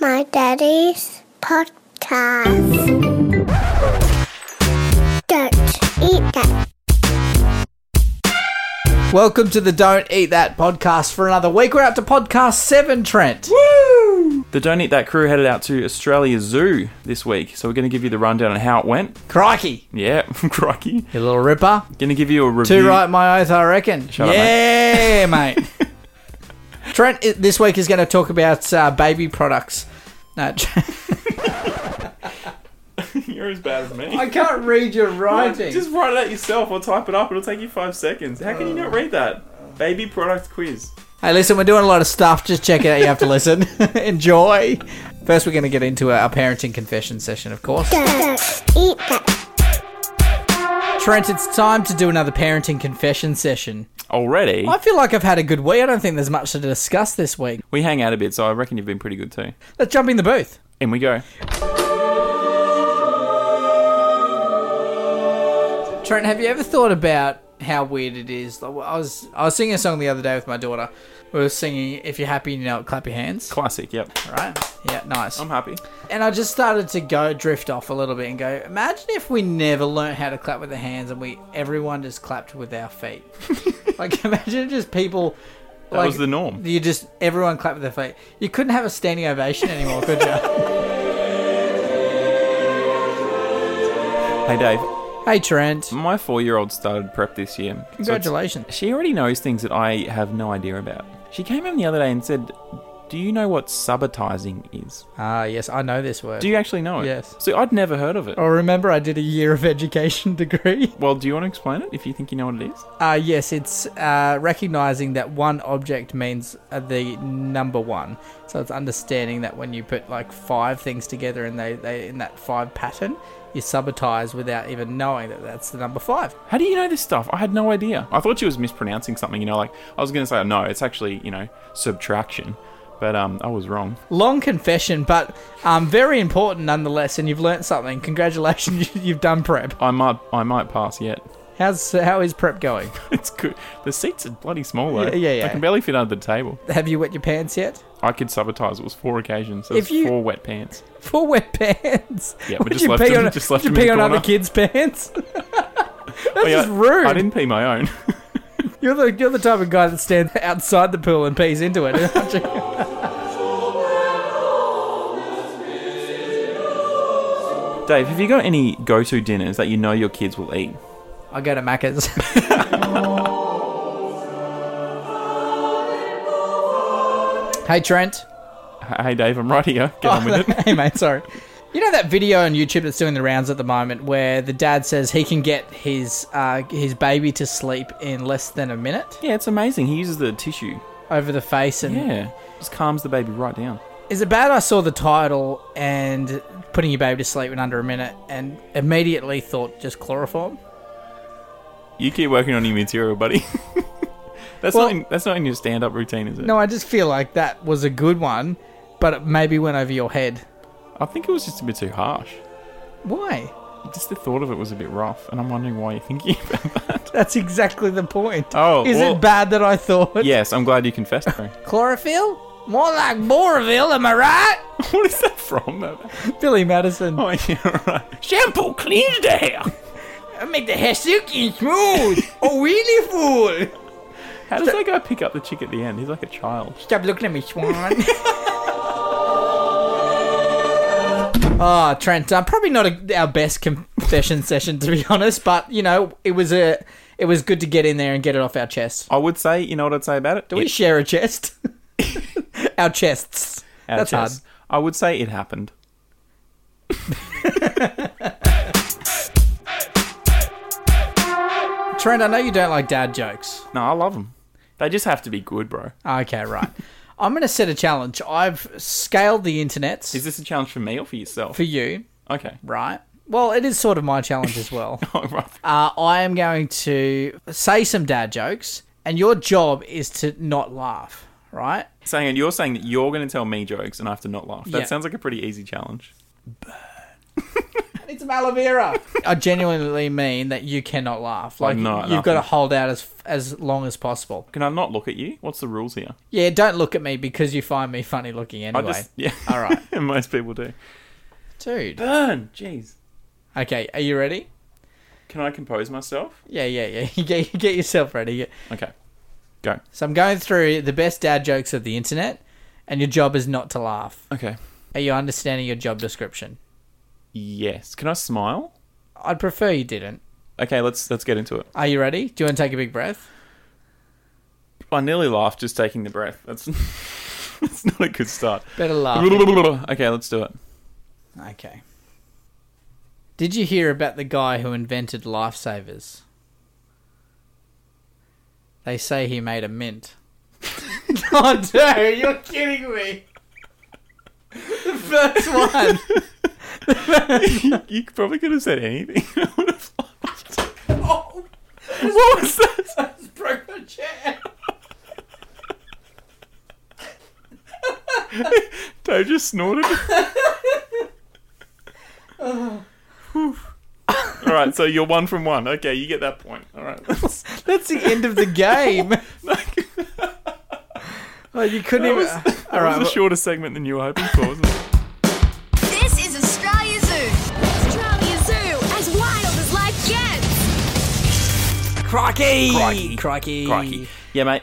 my daddy's podcast. Don't eat that. Welcome to the Don't Eat That podcast for another week. We're up to podcast seven, Trent. The Don't Eat That crew headed out to Australia Zoo this week, so we're going to give you the rundown on how it went. Crikey. Yeah, crikey. You little ripper. Going to give you a review. Two right my oath, I reckon. Shut up, yeah, mate. Trent i- this week is going to talk about uh, baby products. No, Tr- You're as bad as me. I can't read your writing. Just write it out yourself or type it up. It'll take you five seconds. How can you not read that? Baby product quiz. Hey, listen, we're doing a lot of stuff. Just check it out. You have to listen. Enjoy. First, we're going to get into a, a parenting confession session, of course. Don't eat that. Trent, it's time to do another parenting confession session. Already? I feel like I've had a good week. I don't think there's much to discuss this week. We hang out a bit, so I reckon you've been pretty good too. Let's jump in the booth. In we go. Trent, have you ever thought about how weird it is? Like, I was I was singing a song the other day with my daughter. We were singing "If You're Happy, You Know It, Clap Your Hands." Classic, yep. Right? Yeah, nice. I'm happy. And I just started to go drift off a little bit and go. Imagine if we never learnt how to clap with the hands and we everyone just clapped with our feet. like imagine just people. That was the norm. You just everyone clapped with their feet. You couldn't have a standing ovation anymore, could you? Hey, Dave. hey Trent, My four year old started prep this year. So it's- congratulations. she already knows things that I have no idea about. She came in the other day and said, Do you know what subitizing is? Ah, yes, I know this word. Do you actually know it? Yes. So I'd never heard of it. I Oh, remember I did a year of education degree. Well, do you want to explain it if you think you know what it is? Uh, yes, it's uh, recognizing that one object means uh, the number one. So it's understanding that when you put like five things together and they, they in that five pattern, you sabotage without even knowing that that's the number five. How do you know this stuff? I had no idea. I thought she was mispronouncing something, you know, like I was going to say, no, it's actually, you know, subtraction. But um, I was wrong. Long confession, but um, very important nonetheless. And you've learnt something. Congratulations, you- you've done prep. I might, I might pass yet. How's how is prep going? It's good. The seats are bloody small though. Yeah, yeah, yeah. I can barely fit under the table. Have you wet your pants yet? I could sabotage. It was four occasions. So If it's you- four wet pants. Full wet pants. Yeah, we would just you left pee them- on, just left would you them in pee the on other corner. kids' pants? That's just rude. I didn't pee my own. You're the you're the type of guy that stands outside the pool and pees into it. aren't you? Dave, have you got any go-to dinners that you know your kids will eat? I go to Macca's. hey Trent. H- Hey, Dave, I'm right here. Get on with it. hey mate, sorry. You know that video on YouTube that's doing the rounds at the moment where the dad says he can get his uh, his baby to sleep in less than a minute Yeah, it's amazing. He uses the tissue. over the face and Yeah, just calms the baby right down. Is it bad I saw the title and putting your baby to sleep in under a minute and immediately thought just chloroform? You keep working on your material, buddy. that's Well- not in, that's not in your stand-up routine, is it? No, I just feel like that was a good one, but it maybe went over your head. I think it was just a bit too harsh. Why? Just the thought of it was a bit rough, and I'm wondering why you're thinking about that. That's exactly the point. Oh, is well- it bad that I thought? yes, I'm glad you confessed. Though. Chlorophyll? More like Boroville, am I right? what is that from? That- Billy Madison. Oh, yeah, right. Shampoo cleans the hair. I make the hair silky and smooth. oh, really, fool? How does that guy pick up the chick at the end? He's like a child. Stop looking at me, Swan. oh, Trent, uh, probably not a, our best confession session to be honest, but you know, it was a, it was good to get in there and get it off our chest. I would say, you know what I'd say about it? Do we share a chest? our chests. Our That's chest. I would say it happened. hard. Trent, I know you don't like dad jokes. No, I love them. They just have to be good, bro. Okay, right. I'm going to set a challenge. I've scaled the internet Is this a challenge for me or for yourself? for you, okay. right? Well, it is sort of my challenge as well. All right. uh, I am going to say some dad jokes, and your job is to not laugh, right? Saying it, you're saying that you're going to tell me jokes and I have to not laugh. That Yeah. sounds like a pretty easy challenge. It's some aloe vera. I genuinely mean that you cannot laugh. Like no, you've nothing. got to hold out as as long as possible. Can I not look at you? What's the rules here? Yeah, don't look at me because you find me funny looking I anyway. just yeah. All right, Most people do. dude. Burn. Jeez. Okay, are you ready? Can I compose myself? Yeah, yeah, yeah. You get you get yourself ready. You- Okay. Go. So I'm going through the best dad jokes of the internet, and your job is not to laugh. Okay. Are you understanding your job description? Yes. Can I smile? I'd prefer you didn't. Okay. Let's let's get into it. Are you ready? Do you want to take a big breath? I nearly laughed just taking the breath. That's that's not a good start. Better laugh. okay. Let's do it. Okay. Did you hear about the guy who invented lifesavers? They say he made a mint. oh, dude, you're kidding me. The first one. you, you probably could have said anything. I would have laughed. what was that? broke my chair. Dave just snorted. Whew. All right, so you're one from one. Okay, you get that point. All right. That's the end of the game. Like, Like, you couldn't even. was- All that right. was a well- shorter segment than you were hoping for. Wasn't it? This is Australia Zoo. Australia Zoo, as wild as life gets. Crikey! Crikey. Crikey! Yeah, mate.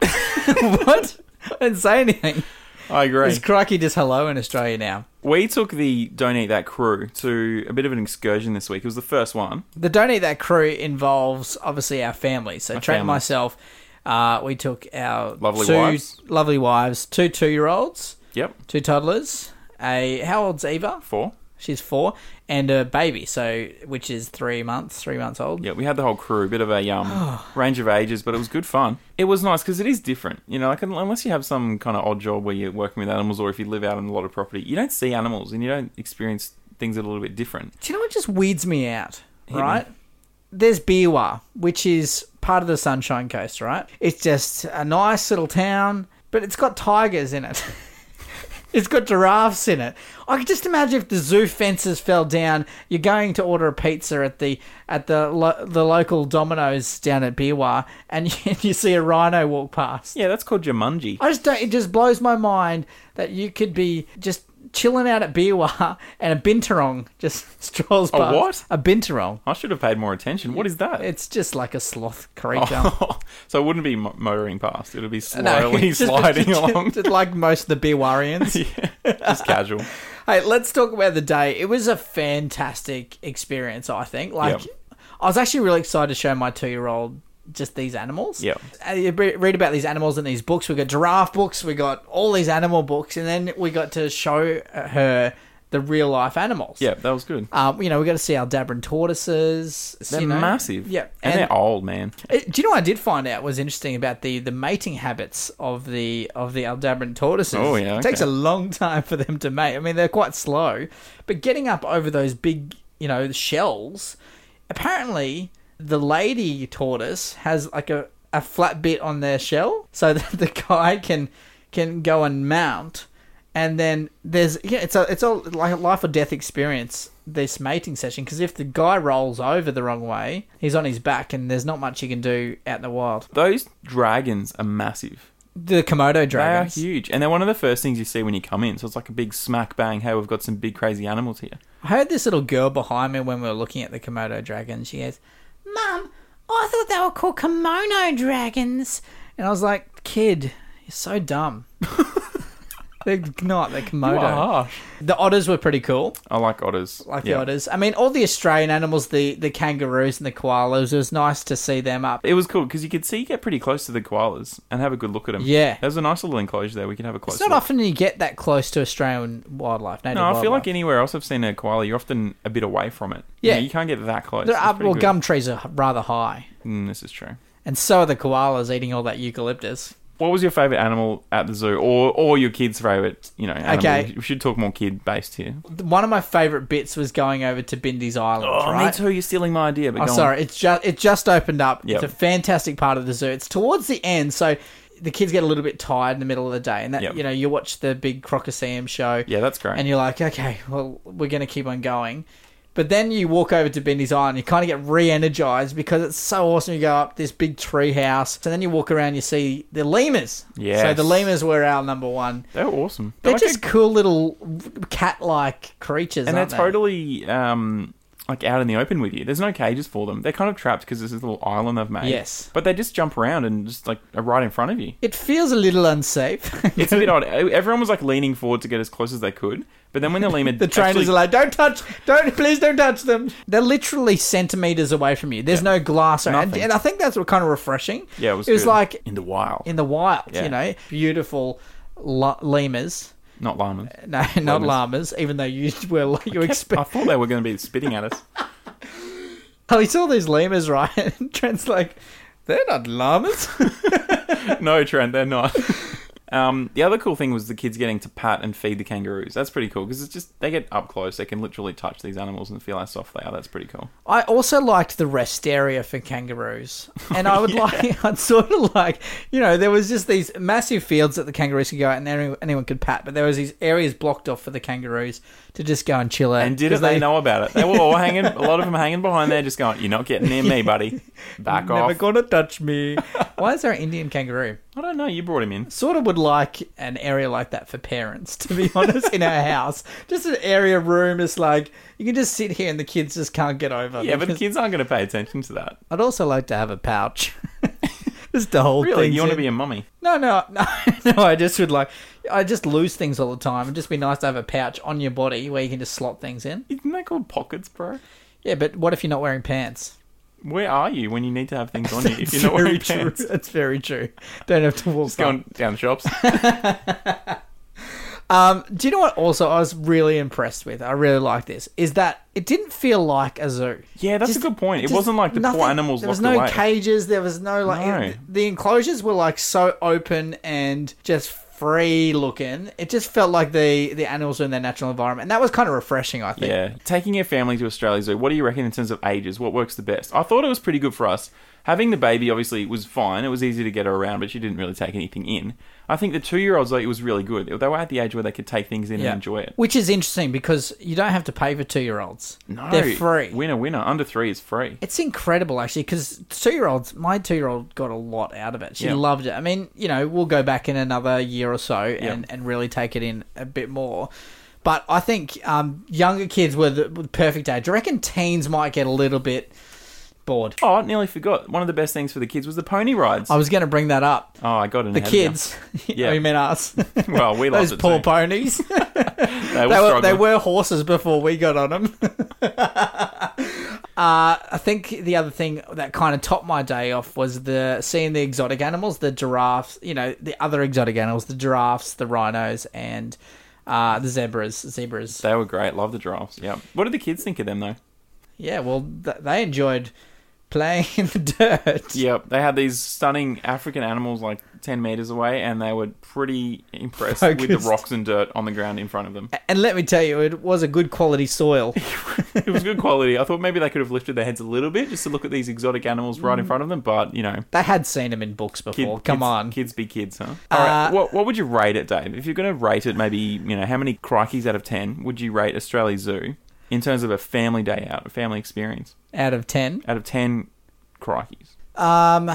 what? I didn't say anything. I agree. Is crikey just hello in Australia now? we took the Don't Eat That crew to a bit of an excursion this week. It was the first one. The Don't Eat That crew involves obviously our family. So, Trent and family. myself, uh, we took our Lovely two wives. lovely wives, two two year olds, Yep. two toddlers. A how old's Eva? Four. She's four, and a baby. So, which is three months, three months old. Yeah, we had the whole crew, a bit of a um, range of ages, but it was good fun. It was nice because it is different, you know. Like un- unless you have some kind of odd job where you're working with animals, or if you live out on a lot of property, you don't see animals and you don't experience things that are a little bit different. Do you know what just weeds me out? me. Right? There's Biwa, which is part of the Sunshine Coast, right? It's just a nice little town, but it's got tigers in it. it's got giraffes in it. I could just imagine if the zoo fences fell down, you're going to order a pizza at the at the lo- the local Domino's down at Biwa, and you, you see a rhino walk past. Yeah, that's called Jumanji. I just don't. It just blows my mind that you could be just chilling out at Biwa and a binturong just strolls past. what? A binturong. I should have paid more attention. What is that? It's just like a sloth creature. Oh, so it wouldn't be mo- motoring past; it would be slowly No, it's just- sliding along, just like most of the Biwarians. just casual. Hey, let's talk about the day. It was a fantastic experience, I think. Like, Yep. I was actually really excited to show my two year old just these animals. Yep. Uh, you re- read about these animals in these books. We got giraffe books, we got all these animal books, and then we got to show uh, her the real life animals. Yeah, that was good. Um, you know, we got to see our Dabran tortoises. They're you know. massive. Yeah. and, And, they're old, man. Uh, do you know what I did find out was interesting about the, the mating habits of the of the Aldabran tortoises? Oh, yeah, It takes a okay. long time for them to mate. I mean, they're quite slow, but getting up over those big, you know, shells. Apparently, the lady tortoise has like a, a flat bit on their shell, so that the guy can can go and mount. And then there's yeah, it's a it's all like a life or death experience this mating session because if the guy rolls over the wrong way, he's on his back, and there's not much you can do out in the wild. Those dragons are massive. The Komodo dragons. They are Ah, huge, and they're one of the first things you see when you come in. So it's like a big smack bang. Hey, we've got some big crazy animals here. I heard this little girl behind me when we were looking at the Komodo dragon. She goes, Mum, I thought they were called kimono dragons. And I was like, Kid, you're so dumb. they're not, they're Komodo. The otters were pretty cool, I like otters. like Yeah. the otters. I mean, all the Australian animals, the, the kangaroos and the koalas, it was nice to see them up. It was cool because you could see you get pretty close to the koalas and have a good look at them. Yeah. there's a nice little enclosure there. We could have a close. It's not look. often you get that close to Australian wildlife. Native No, I feel like wildlife. anywhere else I've seen a koala, you're often a bit away from it. Yeah. you, know, you can't get that close. There It's are- pretty well, good. gum trees are rather high. Mm, this is true. And so are the koalas eating all that eucalyptus. What was your favorite animal at the zoo, or or your kid's favorite? You know, animal? Okay. We should talk more kid based here. one of my favorite bits was going over to Bindi's Island. right? Oh, me too. You're stealing my idea. But I'm go on. sorry, it's just it just opened up. Yep. It's a fantastic part of the zoo. It's towards the end, so the kids get a little bit tired in the middle of the day, and that Yep. you know you watch the big Crocosium show. Yeah, that's great. And you're like, okay, well, we're going to keep on going. But then you walk over to Bindy's Island, you kind of get re energized because it's so awesome. You go up this big tree house, and then you walk around, you see the lemurs. So Yes. the lemurs were our number one. They're awesome. They're like just a- cool little cat like creatures. and they're aren't they? totally um, like out in the open with you. There's no cages for them. They're kind of trapped because there's this little island they've made. Yes. but they just jump around and just like are right in front of you. It feels a little unsafe. It's a bit odd. E, Everyone was like leaning forward to get as close as they could, but then when the lemur The trainers actually- are like, don't touch, don't, please don't touch them. They're literally centimeters away from you. There's no glass, or, and, Nothing. and I think that's what kind of refreshing. yeah, it was, It was good. like in the wild, in the wild, Yeah. you know, beautiful la- lemurs. not llamas. Uh, No, not llamas. Even though you were, you I expect. thought they were going to be spitting at us. Oh, we saw these lemurs, right? And Trent's like, they're not llamas. no, Trent, they're not. Um, the other cool thing was the kids getting to pat and feed the kangaroos. That's pretty cool because it's just they get up close. They can literally touch these animals and feel how soft they are. That's pretty cool. I also liked the rest area for kangaroos, and I would like, I'd sort of like, you know, there was just these massive fields that the kangaroos could go out and any, anyone could pat, but there was these areas blocked off for the kangaroos to just go and chill out. And didn't 'cause they, know about it? They were all hanging. A lot of them hanging behind there, just going, "You're not getting near me, buddy. Back Never off." gonna touch me. Why is there an Indian kangaroo? I don't know. You brought him in. Sort of would like an area like that for parents, to be honest, in our house. Just an area room is like you can just sit here and the kids just can't get over. Yeah, but the because- kids aren't going to pay attention to that. I'd also like to have a pouch. just to hold Really, things you want in. to be a mummy? No, no, no, no. I just would like, I just lose things all the time. It'd just be nice to have a pouch on your body where you can just slot things in. Isn't that called pockets, bro? Yeah, but what if you're not wearing pants? Where are you when you need to have things on you? If That's you're not wearing very true. pants, just That's very true. Don't have to walk. going up. down the shops. Um, do you know what? Also, I was really impressed with. I really like this. Is that it didn't feel like a zoo. Yeah, that's Just- a good point. It just wasn't like the nothing- poor animals There was locked no away. cages. There was no like No. it- the enclosures were like so open and just free looking. It just felt like the the animals were in their natural environment, and that was kind of refreshing. I think. Yeah. Taking your family to Australia Zoo, what do you reckon in terms of ages? What works the best? I thought it was pretty good for us. Having the baby obviously was fine. It was easy to get her around, but she didn't really take anything in. I think the two year olds, though, it was really good. They were at the age where they could take things in and enjoy it. Which is interesting because you don't have to pay for two year olds. No. They're free. Winner, winner. Under three is free. it's incredible actually because two year olds, my two year old got a lot out of it. She Yeah. loved it. I mean, you know, we'll go back in another year or so and, and really take it in a bit more. But I think um, younger kids were the were the perfect age. I reckon teens might get a little bit bored. Oh, I nearly forgot. One of the best things for the kids was the pony rides. I was going to bring that up. oh, I got it. Oh, The kids, Yeah. we meant us. Well, we Those loved it poor too. ponies. They were, they were, struggling. they were horses before we got on them. uh, I think the other thing that kind of topped my day off was the seeing the exotic animals, the giraffes, you know, the other exotic animals, the giraffes, the rhinos, and uh, the zebras. Zebras. They were great. Love the drafts. Yeah. What did the kids think of them though? Yeah, well, th- they enjoyed playing in the dirt. Yep. They had these stunning African animals like ten meters away, and they were pretty impressed with Focused. the rocks and dirt on the ground in front of them. And let me tell you, it was a good quality soil. It was good quality. I thought maybe they could have lifted their heads a little bit just to look at these exotic animals right in front of them, but you know. they had seen them in books kid- before. Oh, Come kids, on. kids be kids, huh? All right. Uh, What, what would you rate it, Dave? If you're going to rate it, maybe you know how many crikeys out of ten would you rate Australia Zoo in terms of a family day out, a family experience? Out of 10. Out of ten crikeys, Um,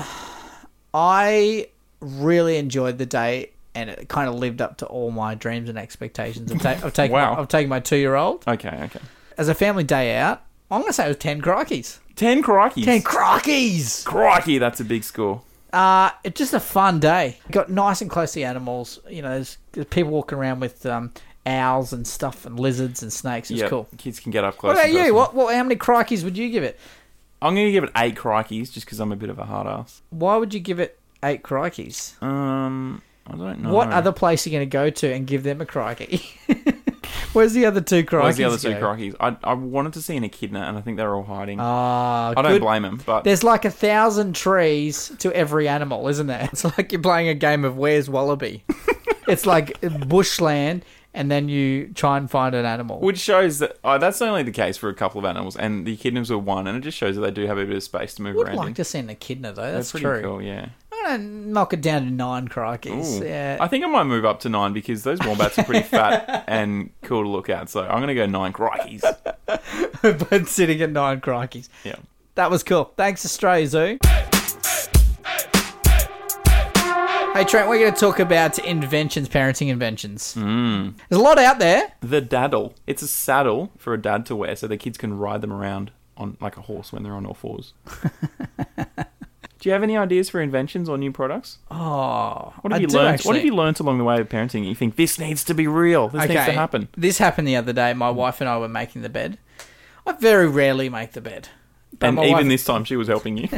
I really enjoyed the day, and it kind of lived up to all my dreams and expectations of, ta- of taking Wow. my, of taking my two year old Okay, okay. as a family day out. I'm gonna say it was ten crikeys. Ten crikeys. Ten crikeys. Crikey, that's a big score. Uh, it's just a fun day. Got nice and close to the animals. You know, there's, there's people walking around with um, owls and stuff, and lizards and snakes. It's Yeah, cool. Kids can get up close. What about and you? personal. What, what? How many crikeys would you give it? I'm going to give it eight crikeys just because I'm a bit of a hard ass. Why would you give it eight crikeys? Um, I don't know. What other place are you going to go to and give them a crikey? Where's the other two crikeys? Where's the other two go? crikeys? I, I wanted to see an echidna, and I think they're all hiding. Ah, I don't good- blame them, but There's like a thousand trees to every animal, isn't there? It's like you're playing a game of Where's Wallaby. it's like bushland, and then you try and find an animal. which shows that oh, that's only the case for a couple of animals, and the echidnas were one, and it just shows that they do have a bit of space to move would around. like in. to see an echidna though. That's they're pretty true. cool, yeah. I'm gonna knock it down to nine crikeys. Ooh. Yeah. I think I might move up to nine because those wombats are pretty fat and cool to look at. So I'm going to go nine crikeys. but sitting at nine crikeys. Yeah. That was cool. Thanks, Australia Zoo. Hey Trent, we're going to talk about inventions, parenting inventions. Mm. Hmm. There's a lot out there. The daddle. It's a saddle for a dad to wear so their kids can ride them around on like a horse when they're on all fours. Do you have any ideas for inventions or new products? Oh, What have you learned? What have you learnt along the way of parenting? You think this needs to be real. This needs to happen. This happened the other day. My wife and I were making the bed. I very rarely make the bed. But And my even wife- this time, she was helping you.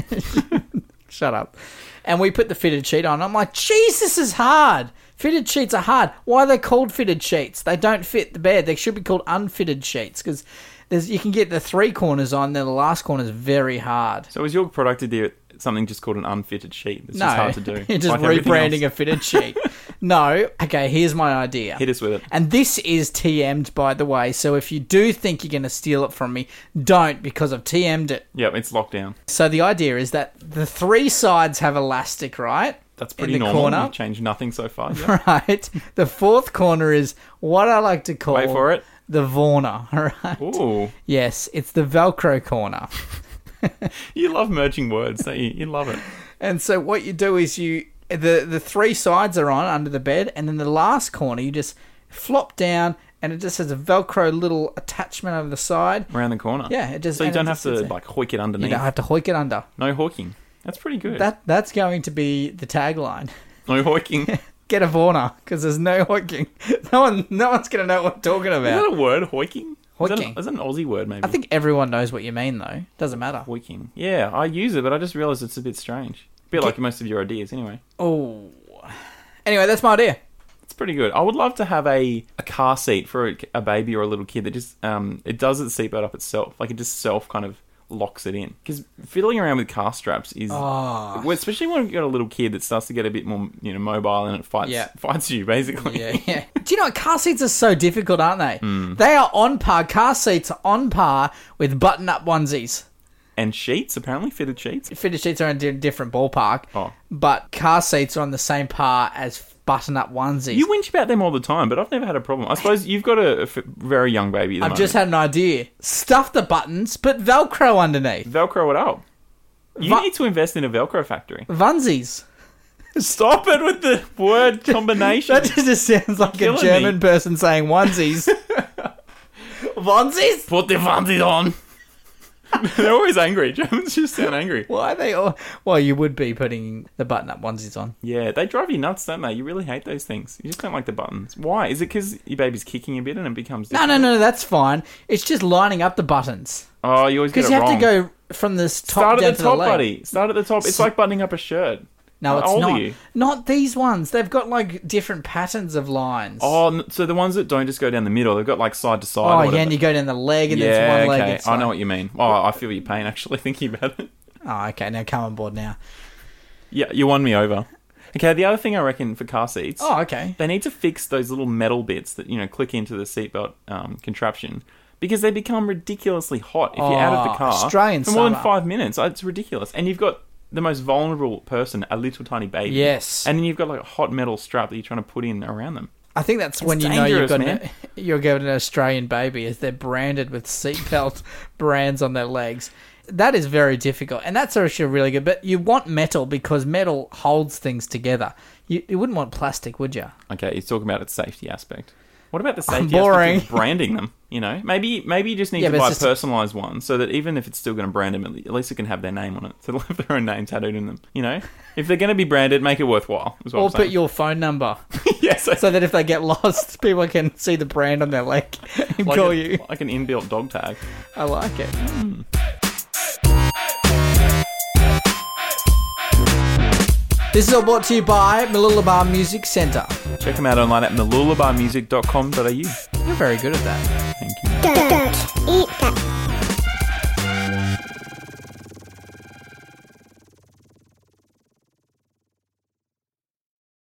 Shut up. And we put the fitted sheet on. I'm like, "Jeez, this is hard. Fitted sheets are hard. Why are they called fitted sheets? They don't fit the bed. They should be called unfitted sheets because there's you can get the three corners on, then the last corner is very hard. so, is your product idea something just called an unfitted sheet? It's no, just hard to do. You're just Like everything rebranding a else. fitted sheet. no. Okay, here's my idea. Hit us with it. And this is TM'd, by the way. So if you do think you're going to steal it from me, don't because I've TM'd it. Yeah, it's lockdown. So the idea is that the three sides have elastic, right? That's In pretty the normal. corner. You've changed nothing so far. Yeah. Right. The fourth corner is what I like to call Wait for it. the Vorna. Right. Ooh, Yes, it's the Velcro corner. you love merging words, don't you? You love it. And so what you do is you the the three sides are on under the bed, and then the last corner you just flop down, and it just has a Velcro little attachment over the side. Around the corner. Yeah, it just- So you and it don't have just to sits there. like hoik it You underneath. don't have to hoik it under. No hoiking. That's pretty good. That that's going to be the tagline. no hoiking. Is Get a Vorna because there's no hoiking. No one, no one's gonna know what I'm talking that about. a word? Hoiking. Is that, Hoiking. a, is that an Aussie word? Maybe. I think everyone knows what you mean though. Doesn't matter. hoiking. Yeah, I use it, but I just realised it's a bit strange. A bit like most of your ideas, anyway. Oh. Anyway, that's my idea. It's pretty good. I would love to have a, a car seat for a, a baby or a little kid that just um it does its seatbelt up itself. Like it just self kind of locks it in. Because fiddling around with car straps is, Ah. well, especially when you've got a little kid that starts to get a bit more you know mobile and it fights Yeah. fights you basically. Yeah, yeah. Do you know what? Car seats are so difficult, aren't they? Hmm. They are on par. Car seats are on par with button-up onesies. and sheets apparently fitted sheets. Fitted sheets are in a different ballpark, Oh. but car seats are on the same par as button-up onesies. You whinge about them all the time, but I've never had a problem. I suppose you've got a, a f- very young baby. At the I've just moment. had an idea. Stuff the buttons, put Velcro underneath. Velcro it up. You Va- need to invest in a Velcro factory. Vunzies. Stop it with the word combination. That just sounds like a killing German me. person saying onesies. Vonsies? Put the funsies on. They're always angry. Germans just sound angry. Why are they all? Well, you would be putting the button-up onesies on. Yeah, they drive you nuts, don't they? You really hate those things. You just don't like the buttons. Why? Is it because your baby's kicking a bit and it becomes? No, no, no, that's fine. It's just lining up the buttons Oh, you always get because it you have wrong. to go from this top Start down at the to top, the leg. buddy. Start at the top. It's like buttoning up a shirt. No, How it's old not. Are you? Not these ones. They've got like different patterns of lines. Oh, n- so the ones that don't just go down the middle, they've got like side to side. Oh, or yeah, whatever. and you go down the leg, and there's yeah, one leg. okay. it's I know like- what you mean. Oh, I feel your pain actually thinking about it. Oh, okay. Now come on board now. Yeah, you won me over. Okay, the other thing I reckon for car seats. Oh, okay. They need to fix those little metal bits that you know click into the seatbelt um, contraption because they become ridiculously hot if you're out of Oh, the car Australian for more than summer. five minutes. It's ridiculous, and you've got the most vulnerable person, a little tiny baby. Yes. and then you've got like a hot metal strap that you're trying to put in around them. I think that's when you know you've dangerous, got an, man. you're given an Australian baby, as they're branded with seatbelt brands on their legs. That is very difficult, and that's actually really good. But you want metal because metal holds things together. You, you wouldn't want plastic, would you? Okay, he's talking about its safety aspect. What about the safety boring. aspect of branding them? You know, maybe maybe you just need Yeah, to but buy it's a just- personalized one so that even if it's still going to brand them, at le- at least it can have their name on it. So they'll have their own name tattooed in them. You know, if they're going to be branded, make it worthwhile. Is what Or I'm saying. put your phone number yeah, so- so that if they get lost, people can see the brand on their leg and like call a- you. like an inbuilt dog tag. I like it. This is all brought to you by Malulabar Music Centre. Check them out online at malulabarmusic.com.au. You're very good at that. Thank you. Don't eat that.